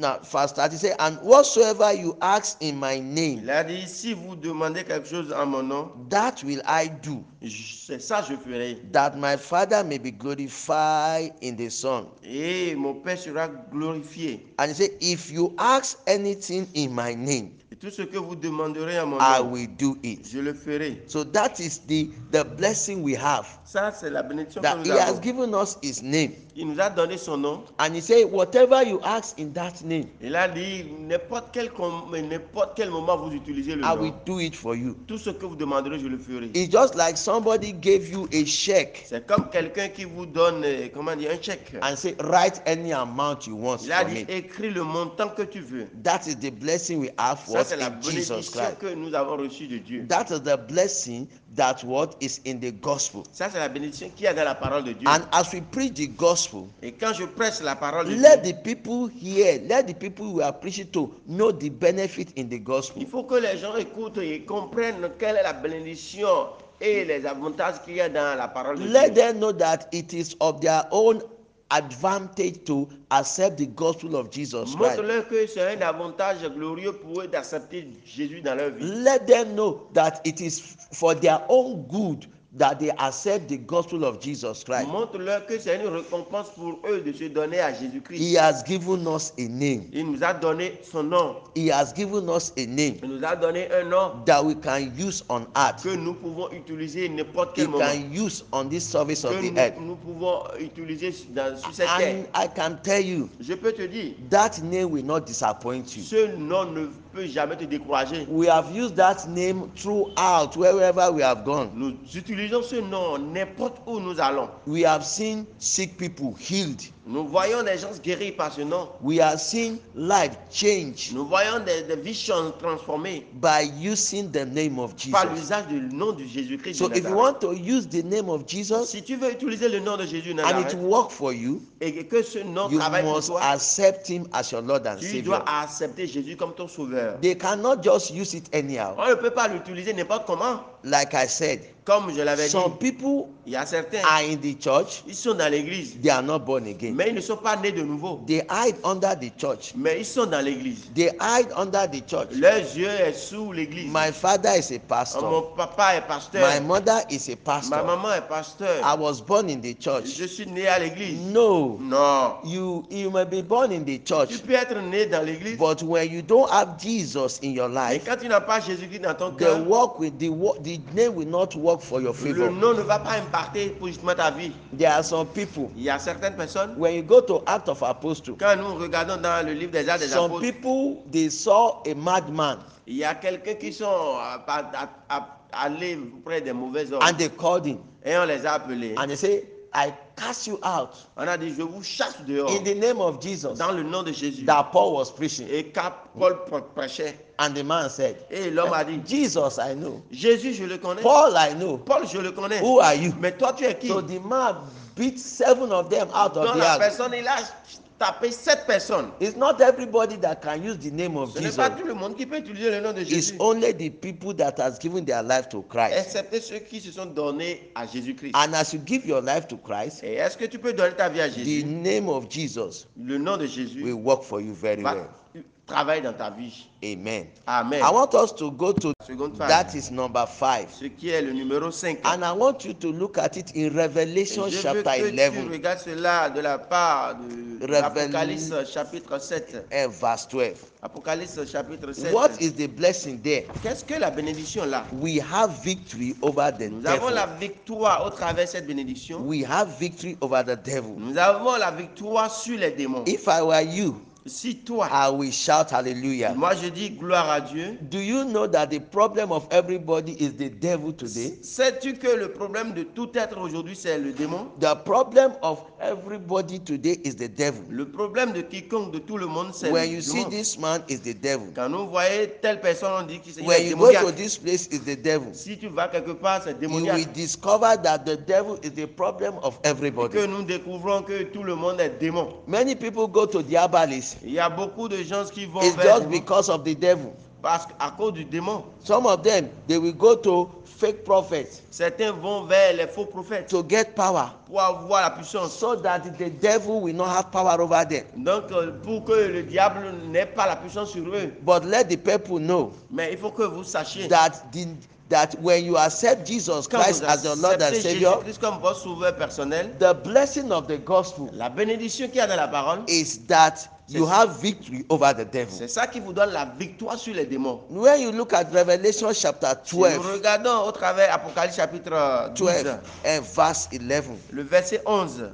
S1: Now, verse 30 says, And whatsoever you ask in my name,
S2: Il a dit, si vous demandez quelque chose en mon nom,
S1: that will I do,
S2: je- c'est ça que je ferai.
S1: that my Father may be glorified in the Son.
S2: Et mon Père sera glorifié.
S1: And he said, If you ask anything in my name,
S2: Et tout ce que vous demanderez en mon
S1: I
S2: nom,
S1: will do it.
S2: je le ferai.
S1: So that is the, the blessing we have.
S2: Ça, c'est la bénédiction que
S1: That he
S2: nous
S1: has
S2: avons.
S1: given us his name.
S2: Il nous a donné son nom.
S1: And he said, Whatever you ask in that name,
S2: Il a dit, n'importe quel, com- n'importe quel moment vous utilisez
S1: I
S2: le nom,
S1: will do it for you.
S2: tout ce que vous demanderez, je le ferai.
S1: It's just like somebody gave you a check
S2: C'est comme quelqu'un qui vous donne, euh, comment dire, un chèque.
S1: and say, Write any amount you want
S2: Il a
S1: for
S2: dit,
S1: me.
S2: écris le montant que tu veux.
S1: That is the blessing we have for
S2: Ça,
S1: us
S2: c'est la
S1: in Jesus
S2: bénédiction
S1: Christ.
S2: que nous avons reçue de Dieu.
S1: That is the blessing that what is in the gospel.
S2: Ça, c'est la bénédiction qu'il y a dans la parole de Dieu.
S1: And as we preach the gospel,
S2: Et quand je presse la parole de
S1: let
S2: Dieu,
S1: the people hear, let the people we are preaching to know the benefit in the
S2: il
S1: gospel.
S2: faut que les gens écoutent et comprennent quelle est la bénédiction et les avantages qu'il y a dans la parole de
S1: Let
S2: Dieu.
S1: them know that it is of their own advantage to accept the gospel of Jesus Christ.
S2: Montre-leur que c'est un avantage glorieux pour eux d'accepter Jésus dans leur vie.
S1: Let them know that it is for their own good that they accept the gospel of Jesus Christ.
S2: Montre-leur que c'est une récompense pour eux de se donner à
S1: He
S2: Jésus-Christ.
S1: has given us a name.
S2: Il nous a donné son nom.
S1: He has given us a name.
S2: Il nous a donné un nom
S1: that we can use on earth,
S2: que nous pouvons utiliser n'importe
S1: we
S2: quel moment.
S1: can use on this surface of the
S2: Que
S1: earth.
S2: nous, nous pouvons utiliser dans, sur cette terre.
S1: And I can tell you,
S2: Je peux te dire,
S1: that name will not disappoint you.
S2: ce nom ne peut jamais te décourager.
S1: We have used that name throughout wherever we have gone.
S2: Nous utilisons ce nom n'importe où nous allons.
S1: We have seen sick people healed.
S2: Nous voyons des gens guéris par ce nom.
S1: We have seen life change
S2: Nous voyons des, des vies chan- transformées
S1: by using the name of
S2: par
S1: Jesus.
S2: l'usage du nom de Jésus-Christ. de
S1: So if you
S2: Nazareth.
S1: want to use the name of Jesus
S2: si tu veux utiliser le nom de Jésus de
S1: and it
S2: Nazareth,
S1: work for you,
S2: et que ce nom
S1: you
S2: travaille pour
S1: must
S2: toi,
S1: accept him as your Lord and
S2: tu dois
S1: Savior.
S2: accepter Jésus comme ton sauveur.
S1: They cannot just use it anyhow.
S2: On ne peut pas l'utiliser n'importe comment.
S1: Like I said,
S2: Comme je l'avais dit,
S1: Some people
S2: il y a certains,
S1: are in the church,
S2: ils sont dans l'église,
S1: they are not born again.
S2: mais ils ne sont pas nés de nouveau.
S1: They hide under the church.
S2: Mais ils sont dans l'église.
S1: They hide under the church.
S2: Leurs yeux sont sous l'église.
S1: My father is a
S2: Oh,
S1: pastor.
S2: Mon papa est
S1: My
S2: pasteur.
S1: mother is a
S2: Ma
S1: pastor. Ah,
S2: maman est pasteur.
S1: I was born in the church.
S2: Je suis né à l'église.
S1: No,
S2: Non.
S1: you you may be born in the
S2: Tu
S1: church,
S2: peux être né dans l'église,
S1: but when you don't have Jesus in your
S2: mais
S1: life,
S2: quand tu n'as pas Jésus-Christ dans ton
S1: the
S2: cœur,
S1: work with the wo- the name will not work for your
S2: le
S1: favor.
S2: nom ne va pas impacter positivement ta vie.
S1: There are some people.
S2: Il y a certaines personnes,
S1: When you go to Act of Apostle,
S2: quand nous regardons dans le livre des Actes des
S1: some
S2: Apôtres,
S1: people they saw a madman
S2: il y a quelqu'un qui sont à- à- à- allés près des mauvais hommes
S1: and they called him.
S2: et on les a appelés.
S1: and they say, I cast you out
S2: On a dit, je vous chasse dehors
S1: in the name of Jesus
S2: dans le nom de Jésus.
S1: that Paul was preaching.
S2: Et quand Paul pr- prêchait,
S1: And the man said,
S2: et l'homme a dit,
S1: Jesus, I know.
S2: Jésus, je le connais.
S1: Paul, I know.
S2: Paul, je le connais.
S1: Who are you?
S2: Mais toi, tu es qui
S1: So the man beat seven of them out
S2: Donc
S1: of the
S2: la
S1: house.
S2: personne, il a taper cette personne.
S1: It's not everybody that can use the name of
S2: Ce n'est pas
S1: Jesus.
S2: tout le monde qui peut utiliser le nom de
S1: It's
S2: Jésus,
S1: only the people that has given their life to Christ.
S2: excepté ceux qui se sont donnés à Jésus-Christ.
S1: And as you give your life to Christ,
S2: Et est-ce que tu peux donner ta vie à
S1: the
S2: Jésus
S1: name of Jesus
S2: Le nom de Jésus
S1: will work for you very
S2: va
S1: well.
S2: travailler dans ta vie.
S1: Amen.
S2: Amen.
S1: I want us to go to
S2: Seconde
S1: that
S2: phase,
S1: is number five.
S2: ce qui est le numéro 5.
S1: And I want you to look at it in
S2: Je
S1: Revelation
S2: veux
S1: chapter
S2: que tu
S1: 11
S2: regardes cela de la part de
S1: Révèle-
S2: l'Apocalypse chapitre 7.
S1: and verse 12.
S2: Apocalypse chapitre 7.
S1: What is the blessing there?
S2: Qu'est-ce que la bénédiction là
S1: We have victory over the
S2: Nous avons la
S1: devil.
S2: victoire au travers de cette bénédiction.
S1: We have victory over the devil.
S2: Nous avons la victoire sur les démons.
S1: If I were you,
S2: Si toi,
S1: I will shout hallelujah.
S2: moi je dis gloire à Dieu,
S1: Do you know that the problem of everybody is the devil today?
S2: sais-tu que le problème de tout être aujourd'hui c'est le démon
S1: The problem of everybody today is the devil.
S2: Le problème de quiconque, de tout le monde c'est
S1: When
S2: le
S1: you see
S2: démon.
S1: this man, is the devil.
S2: Quand nous voyons telle personne, on dit qu'il est
S1: When you go to
S2: démoniaque.
S1: this place, is the devil.
S2: Si tu vas quelque part, c'est
S1: You will
S2: démoniaque.
S1: discover that the devil is the problem of
S2: Et que
S1: everybody.
S2: nous découvrons que tout le monde est démon.
S1: Many people go to diabolis.
S2: Il y a beaucoup de gens qui vont
S1: It's
S2: vers
S1: just
S2: le démon
S1: because of the devil.
S2: parce qu'à cause du démon.
S1: Some of them, they will go to fake prophets
S2: Certains vont vers les faux prophètes
S1: to get power
S2: pour avoir la puissance.
S1: so that the devil will not have power over them.
S2: Donc, euh, pour que le diable n'ait pas la puissance sur eux.
S1: But let the people know
S2: Mais il faut que vous sachiez
S1: that the, that when you accept Jesus
S2: quand
S1: Christ
S2: vous
S1: as your Lord and
S2: acceptez
S1: Savior,
S2: Jésus-Christ comme votre sauveur personnel,
S1: the blessing of the gospel
S2: la bénédiction qu'il y a dans la parole,
S1: is that you
S2: C'est-
S1: have victory over the devil.
S2: c'est ça qui vous donne la victoire sur les démons.
S1: When you look at Revelation chapter
S2: Si nous
S1: 12,
S2: regardons au travers Apocalypse chapitre 12,
S1: 12 and verse 11,
S2: le verset 11,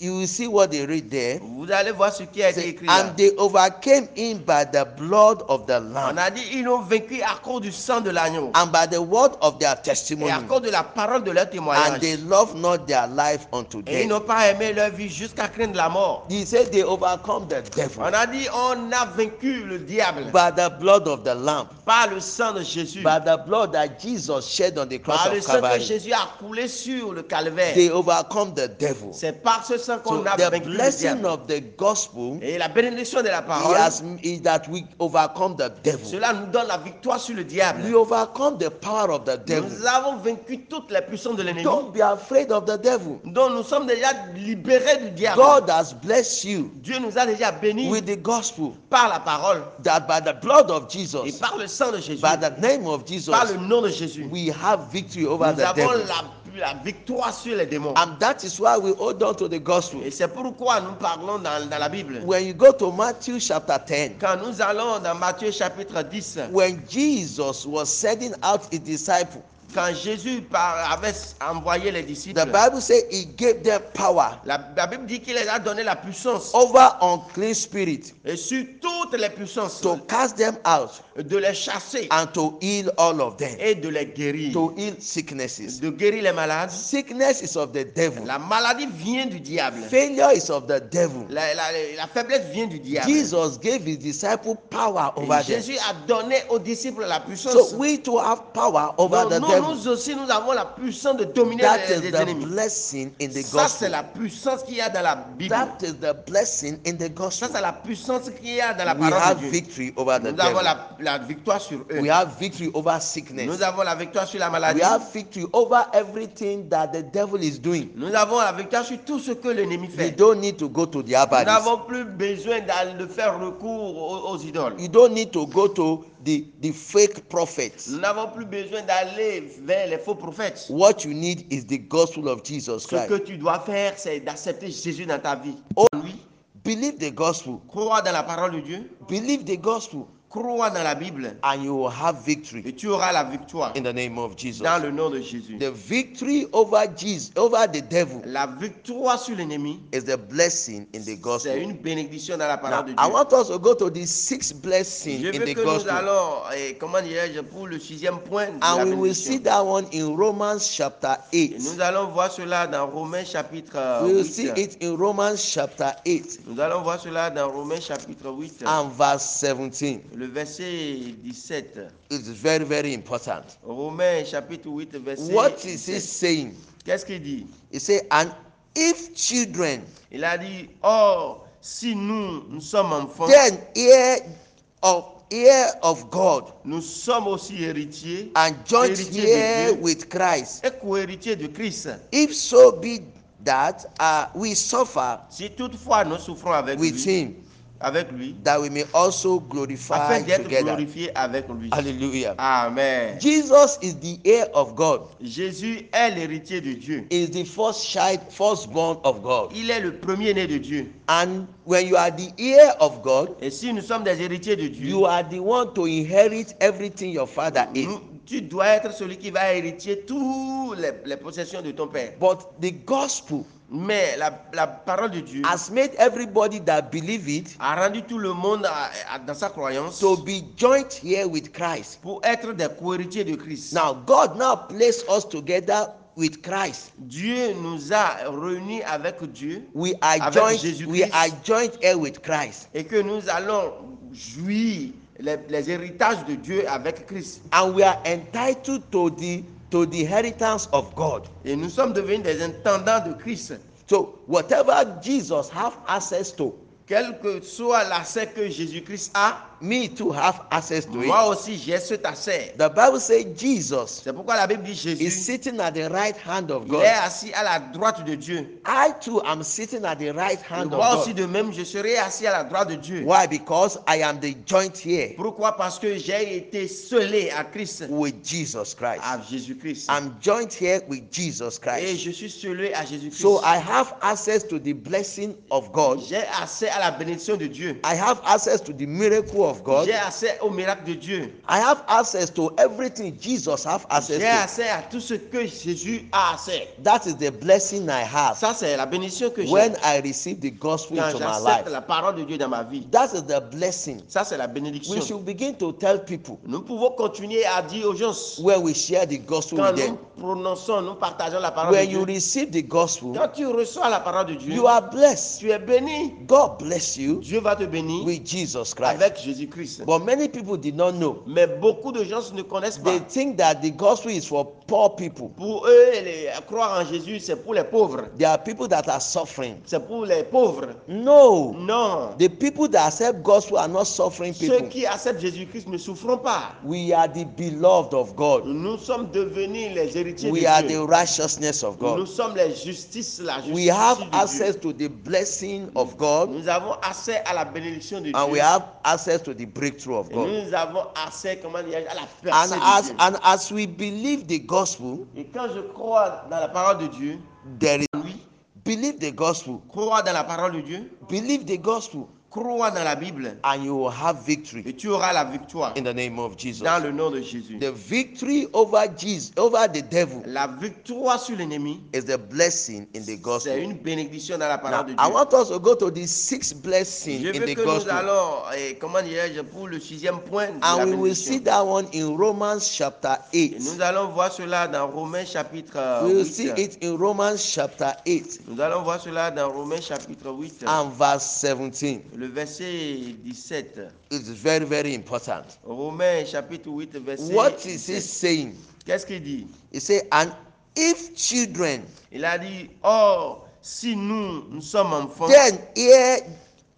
S1: you will see what they read there.
S2: vous allez voir ce qui a été
S1: Say,
S2: écrit là.
S1: and they overcame him by the blood of the
S2: On
S1: Lamb
S2: a dit ils ont vaincu à cause du sang de l'agneau
S1: and by the word of their
S2: et
S1: testimony.
S2: à cause de la parole de leur
S1: And they
S2: témoignage.
S1: loved not their life unto
S2: Et ils
S1: death.
S2: n'ont pas aimé leur vie jusqu'à craindre la mort.
S1: He said they overcome the
S2: On
S1: devil
S2: a dit on a vaincu le diable
S1: by the blood of the Lamb,
S2: par le sang de Jésus,
S1: by the blood that Jesus shed on Hmm. the cross
S2: par le
S1: of
S2: sang que
S1: Calvary.
S2: Jésus a coulé sur le calvaire.
S1: They overcome the devil.
S2: C'est par ce sang
S1: So
S2: qu'on a
S1: the
S2: vaincu le
S1: blessing
S2: diable.
S1: of the gospel
S2: Et la bénédiction de la
S1: he
S2: parole,
S1: has, is that we overcome the devil.
S2: cela nous donne la victoire sur le diable.
S1: We overcome the power of the devil.
S2: Nous avons vaincu toutes les puissances de l'ennemi.
S1: Don't be afraid of the devil.
S2: Donc nous sommes déjà libérés du diable.
S1: God has blessed you
S2: Dieu nous a déjà bénis
S1: with the gospel
S2: par la parole
S1: that by the blood of
S2: et
S1: Jesus,
S2: par le sang de Jésus,
S1: by the name of
S2: par le
S1: Jesus,
S2: nom de Jésus.
S1: we have victory over
S2: Nous
S1: the
S2: avons
S1: devil.
S2: la, la victoire sur les démons.
S1: And that is why we hold on to the gospel.
S2: Et c'est pourquoi nous parlons dans, dans la Bible.
S1: When you go to Matthew chapter 10,
S2: Quand nous allons dans Matthieu chapitre 10,
S1: when Jesus was sending out his disciples,
S2: quand Jésus par- avait envoyé les disciples,
S1: the Bible says he gave them power
S2: la, la Bible dit qu'il les a donné la puissance
S1: over unclean spirit
S2: et sur toutes les puissances
S1: to cast them out
S2: de les chasser
S1: and to heal all of them,
S2: et de les guérir,
S1: to heal sicknesses.
S2: de guérir les malades.
S1: Sickness is of the devil.
S2: La maladie vient du diable.
S1: Failure is of the devil.
S2: La, la- la faiblesse vient du diable.
S1: Jesus gave his disciple power
S2: Et
S1: over them.
S2: Jésus a donné aux disciples la puissance.
S1: So we too have power over
S2: Donc,
S1: the
S2: nous,
S1: devil.
S2: nous aussi, nous avons la puissance de dominer
S1: That
S2: les,
S1: is
S2: les
S1: the
S2: ennemis.
S1: blessing in the
S2: Ça, c'est
S1: gospel.
S2: eh, la puissance qu'il y a dans la Bible.
S1: That is the blessing in the
S2: Ça,
S1: gospel.
S2: c'est la puissance qu'il y a dans la
S1: We have
S2: parole de Dieu.
S1: victory over the
S2: Nous avons
S1: devil.
S2: la, la victoire sur eux.
S1: We have victory over
S2: Nous
S1: sickness.
S2: avons la victoire sur la maladie.
S1: We have victory over everything that the devil is doing.
S2: Nous avons la victoire sur tout ce que l'ennemi
S1: You
S2: fait.
S1: don't need to go to the
S2: Nous
S1: abalis.
S2: n'avons plus besoin d'a- de faire recours aux, aux idoles.
S1: You don't need to go to the, the fake prophets.
S2: Nous n'avons plus besoin d'aller vers les faux prophètes.
S1: What you need is the gospel of Jesus
S2: Ce que
S1: Christ.
S2: tu dois faire, c'est d'accepter Jésus dans ta vie.
S1: Oh.
S2: En lui,
S1: Believe the gospel.
S2: crois dans la parole de Dieu,
S1: Believe the gospel.
S2: crois dans la Bible,
S1: and you will have victory
S2: et tu auras la victoire
S1: in the name of Jesus.
S2: dans le nom de Jésus.
S1: The victory over Jesus, over the devil,
S2: La victoire sur l'ennemi,
S1: is the blessing in the
S2: c'est
S1: gospel.
S2: une bénédiction dans la parole
S1: Now,
S2: de Dieu.
S1: I want us to go to the sixth blessing
S2: Je
S1: in
S2: veux
S1: the
S2: que nous
S1: gospel,
S2: allons, eh, comment dirais-je, pour le sixième point de la
S1: and we will see
S2: bénédiction.
S1: that one in Romans chapter
S2: Et
S1: 8.
S2: nous allons voir cela dans Romains chapitre euh,
S1: We will see
S2: 8.
S1: it in Romans chapter 8
S2: Nous allons voir cela dans Romains chapitre 8,
S1: and verse 17.
S2: le verset 17.
S1: It's very, very important.
S2: Romains chapitre 8, verset
S1: What is he
S2: 17.
S1: saying?
S2: Qu'est-ce qu'il dit
S1: He said, And if children,
S2: Il a dit, or, si nous, nous sommes enfants,
S1: then heir of heir of God
S2: nous sommes aussi héritiers
S1: and joint
S2: Héritier de
S1: heir
S2: Dieu.
S1: with Christ.
S2: et co-héritiers de Christ.
S1: If so be that uh, we suffer
S2: Si toutefois nous souffrons avec
S1: with
S2: lui,
S1: him,
S2: avec lui,
S1: that we may also glorify
S2: afin d'être
S1: together.
S2: glorifiés avec lui.
S1: Hallelujah.
S2: Amen.
S1: Jesus is the heir of God.
S2: Jésus est l'héritier de Dieu.
S1: Is the first child, firstborn of God.
S2: Il est le premier-né de Dieu.
S1: And when you are the heir of God,
S2: Et si nous sommes des héritiers de Dieu,
S1: you are the one to inherit everything your father is.
S2: nous- tu dois être celui qui va héritier toutes les, les possessions de ton Père.
S1: But the gospel
S2: Mais la, la parole de Dieu
S1: has made everybody that believe it
S2: a rendu tout le monde à- à- dans sa croyance
S1: to be joint here with Christ.
S2: pour être des co-héritiers de Christ.
S1: Now, God now placed us together with Christ.
S2: Dieu nous a réunis avec Dieu
S1: We are
S2: Avec
S1: joint,
S2: Jésus-Christ.
S1: we are joint here with Christ.
S2: et que nous allons jouir les, les héritages de Dieu avec Christ.
S1: And we are entitled to the to the inheritance of God.
S2: Et nous sommes devenus des intendants de Christ.
S1: So whatever Jesus have access to,
S2: Quel que soit l'accès que Jésus-Christ a,
S1: me too have access to
S2: moi
S1: it.
S2: aussi j'ai cet accès.
S1: The Bible says Jesus
S2: C'est pourquoi la Bible dit
S1: is
S2: Jésus,
S1: sitting at the right hand of
S2: il est
S1: God.
S2: assis à la droite de Dieu.
S1: I too am sitting at the right
S2: Et
S1: hand of
S2: moi aussi
S1: God.
S2: de même, je serai assis à la droite de Dieu.
S1: Why? Because I am the joint here
S2: Pourquoi Parce que j'ai été scellé à Christ,
S1: with Jesus
S2: à
S1: Christ.
S2: Jésus-Christ.
S1: I'm joint here with Jesus
S2: Et
S1: Christ.
S2: je suis scellé à Jésus-Christ.
S1: So I have access to the blessing of God.
S2: J'ai accès à la bénédiction de Dieu.
S1: I have access to the miracle of God.
S2: J'ai accès au miracle de Dieu.
S1: I have access to everything Jesus have access
S2: J'ai
S1: to.
S2: accès à tout ce que Jésus a accès.
S1: That is the blessing I have.
S2: Ça, c'est la bénédiction que j'ai
S1: when I receive the gospel
S2: quand
S1: into my
S2: j'accepte
S1: life.
S2: la parole de Dieu dans ma vie.
S1: That is the blessing.
S2: Ça, c'est la
S1: We
S2: bénédiction.
S1: should begin to tell people
S2: Nous pouvons continuer à dire aux gens,
S1: when we share the gospel
S2: quand
S1: with
S2: nous
S1: them.
S2: prononçons, nous partageons la parole
S1: When
S2: de
S1: you
S2: Dieu.
S1: receive the gospel,
S2: Quand tu reçois la parole de Dieu,
S1: you are blessed.
S2: tu es béni.
S1: God bless you
S2: Dieu va te bénir
S1: with Jesus Christ.
S2: avec Jésus-Christ.
S1: But many people did not know.
S2: Mais beaucoup de gens ne connaissent pas.
S1: They think that the gospel is for poor people.
S2: Pour eux, les- croire en Jésus, c'est pour les pauvres.
S1: There are people that are suffering.
S2: C'est pour les pauvres.
S1: No.
S2: Non.
S1: The people that accept gospel are not suffering
S2: Ceux
S1: people.
S2: qui acceptent Jésus-Christ ne souffrons pas.
S1: We are the beloved of God.
S2: Nous sommes devenus les héritiers
S1: We are the
S2: de Dieu.
S1: righteousness of God.
S2: Nous sommes les justices, la justice
S1: we have
S2: de Dieu.
S1: access to the blessing of God
S2: Nous avons accès à la bénédiction de
S1: and we
S2: Dieu.
S1: have access to the breakthrough of
S2: Et
S1: God.
S2: nous avons accès, comment dire, à la
S1: And
S2: personne de
S1: as
S2: Dieu.
S1: and as we believe the gospel,
S2: Et quand je crois dans la parole de Dieu,
S1: there is
S2: lui,
S1: believe the gospel,
S2: crois dans la parole de Dieu,
S1: believe the gospel,
S2: crois dans la Bible,
S1: and you will have victory
S2: et tu auras la victoire
S1: in the name of Jesus.
S2: dans le nom de Jésus.
S1: The victory over Jesus, over the devil,
S2: La victoire sur l'ennemi,
S1: is the blessing in the
S2: c'est
S1: gospel.
S2: une bénédiction dans la
S1: Now,
S2: parole de
S1: I
S2: Dieu.
S1: want us to go to the sixth blessing
S2: Je
S1: in
S2: veux
S1: the
S2: que nous
S1: gospel,
S2: allons, eh, comment dirais-je, pour le sixième point de la
S1: and we will see
S2: bénédiction.
S1: that one in Romans chapter
S2: Et
S1: eight.
S2: nous allons voir cela dans Romains chapitre euh,
S1: We will see
S2: 8.
S1: it in Romans chapter eight.
S2: Nous allons voir cela dans Romains chapitre 8,
S1: and verse 17
S2: le verset 17.
S1: is very very important
S2: Romains chapitre 8, verset
S1: what is he
S2: 17.
S1: saying
S2: Qu'est-ce qu'il dit
S1: he say and if children
S2: Il a dit, or, si nous, nous sommes enfants,
S1: then hear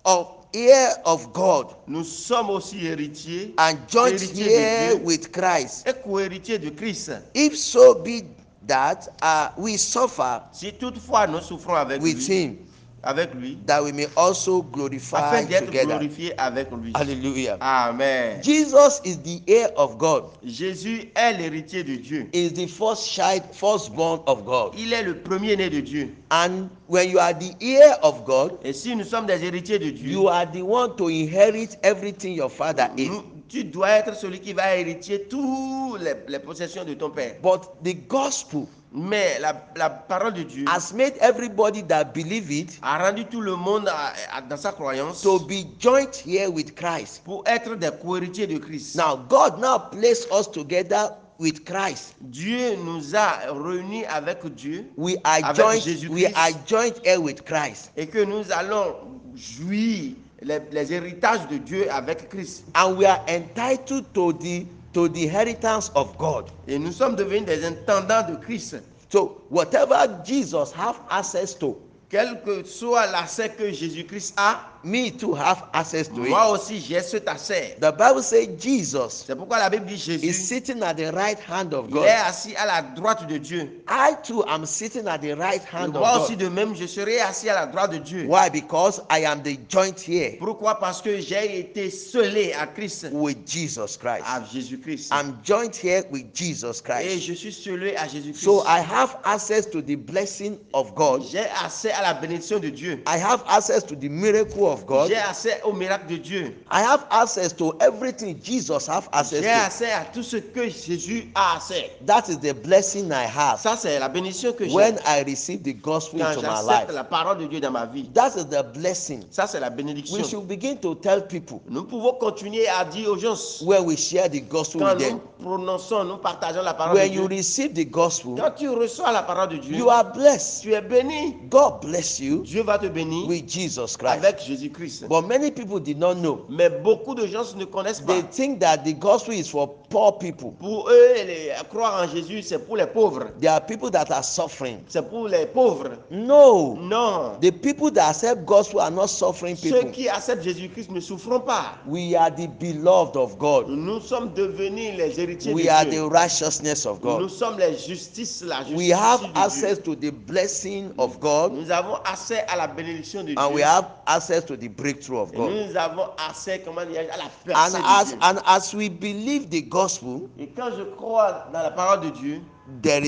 S1: of hear of god
S2: nous sommes aussi héritiers
S1: and joint
S2: héritiers de
S1: heir
S2: Dieu
S1: with christ
S2: et co-héritiers de Christ.
S1: if so be that uh, we suffer
S2: Si toutefois nous souffrons avec
S1: with
S2: lui,
S1: him
S2: avec lui,
S1: that we may also
S2: afin
S1: glorify
S2: d'être
S1: together
S2: glorifiés avec lui.
S1: hallelujah
S2: Amen.
S1: jesus is the heir of god
S2: Jésus est l'héritier de Dieu.
S1: is the first child firstborn of god
S2: Il est le premier-né de Dieu.
S1: and when you are the heir of god
S2: Et si nous sommes des héritiers de Dieu,
S1: You are the one to inherit everything your father is.
S2: nous- tu dois être celui qui va héritier toutes les, les possessions de ton Père.
S1: But the gospel
S2: Mais la, la parole de Dieu
S1: has made everybody that believe it
S2: a rendu tout le monde à- à- dans sa croyance
S1: to be joint here with Christ.
S2: pour être des co-héritiers de Christ.
S1: Now, God now placed us together with Christ.
S2: Dieu nous a réunis avec Dieu
S1: We are
S2: Avec
S1: joint,
S2: Jésus-Christ.
S1: we are joint here with Christ.
S2: et que nous allons jouir les, les héritages de Dieu avec Christ.
S1: And we are entitled to the to the inheritance of God.
S2: Et nous sommes devenus des intendants de Christ.
S1: So whatever Jesus have access to,
S2: Quel que soit l'accès que Jésus-Christ a,
S1: me too have access to
S2: Moi
S1: it.
S2: aussi, j'ai cet accès.
S1: The Bible says Jesus
S2: C'est pourquoi la Bible dit
S1: is
S2: Jésus,
S1: sitting at the right hand of
S2: il est
S1: God.
S2: assis à la droite de Dieu.
S1: I too am sitting at the right
S2: Et
S1: hand of
S2: moi aussi,
S1: God.
S2: de même, je serai assis à la droite de Dieu.
S1: Why? Because I am the joint here
S2: Pourquoi Parce que j'ai été scellé à Christ,
S1: with Jesus Christ.
S2: à Jésus-Christ.
S1: I'm joint here with Jesus
S2: Et
S1: Christ.
S2: je suis scellé à Jésus-Christ.
S1: So I have access to the blessing of God.
S2: J'ai accès à la bénédiction de Dieu.
S1: I have access to the miracle of God.
S2: J'ai accès au miracle de Dieu.
S1: I have access to everything Jesus have access
S2: J'ai
S1: to.
S2: accès à tout ce que Jésus a accès.
S1: That is the blessing I have
S2: Ça, c'est la bénédiction que j'ai
S1: when I receive the gospel
S2: quand
S1: into my
S2: j'accepte
S1: life.
S2: la parole de Dieu dans ma vie.
S1: That is the blessing.
S2: Ça, c'est la
S1: We
S2: bénédiction.
S1: should begin to tell people
S2: Nous pouvons continuer à dire aux gens,
S1: where we share the gospel
S2: quand
S1: with
S2: nous
S1: them.
S2: prononçons, nous partageons la parole de
S1: When you
S2: Dieu,
S1: receive the gospel,
S2: quand tu reçois la parole de Dieu,
S1: you are blessed.
S2: tu es béni.
S1: God bless you
S2: Dieu va te bénir
S1: with Jesus Christ.
S2: avec Jésus-Christ.
S1: But many people did not know.
S2: Mais beaucoup de gens ne connaissent pas.
S1: They think that the gospel is for poor people.
S2: Pour eux, les- croire en Jésus, c'est pour les pauvres.
S1: There are people that are suffering.
S2: C'est pour les pauvres.
S1: No.
S2: Non.
S1: The people that accept gospel are not suffering
S2: Ceux
S1: people.
S2: qui acceptent Jésus-Christ ne souffrons pas.
S1: We are the beloved of God.
S2: Nous sommes devenus les héritiers
S1: We
S2: de
S1: are
S2: Dieu.
S1: the righteousness of
S2: Nous
S1: God.
S2: sommes les justices, la justice
S1: We have
S2: de Dieu.
S1: access to the blessing of God
S2: Nous avons accès à la bénédiction de
S1: and we
S2: Dieu.
S1: have access to the breakthrough of
S2: Et
S1: God.
S2: nous avons accès, comment dire, à la
S1: And
S2: personne de
S1: as
S2: Dieu.
S1: and as we believe the gospel,
S2: Et quand je crois dans la parole de Dieu,
S1: there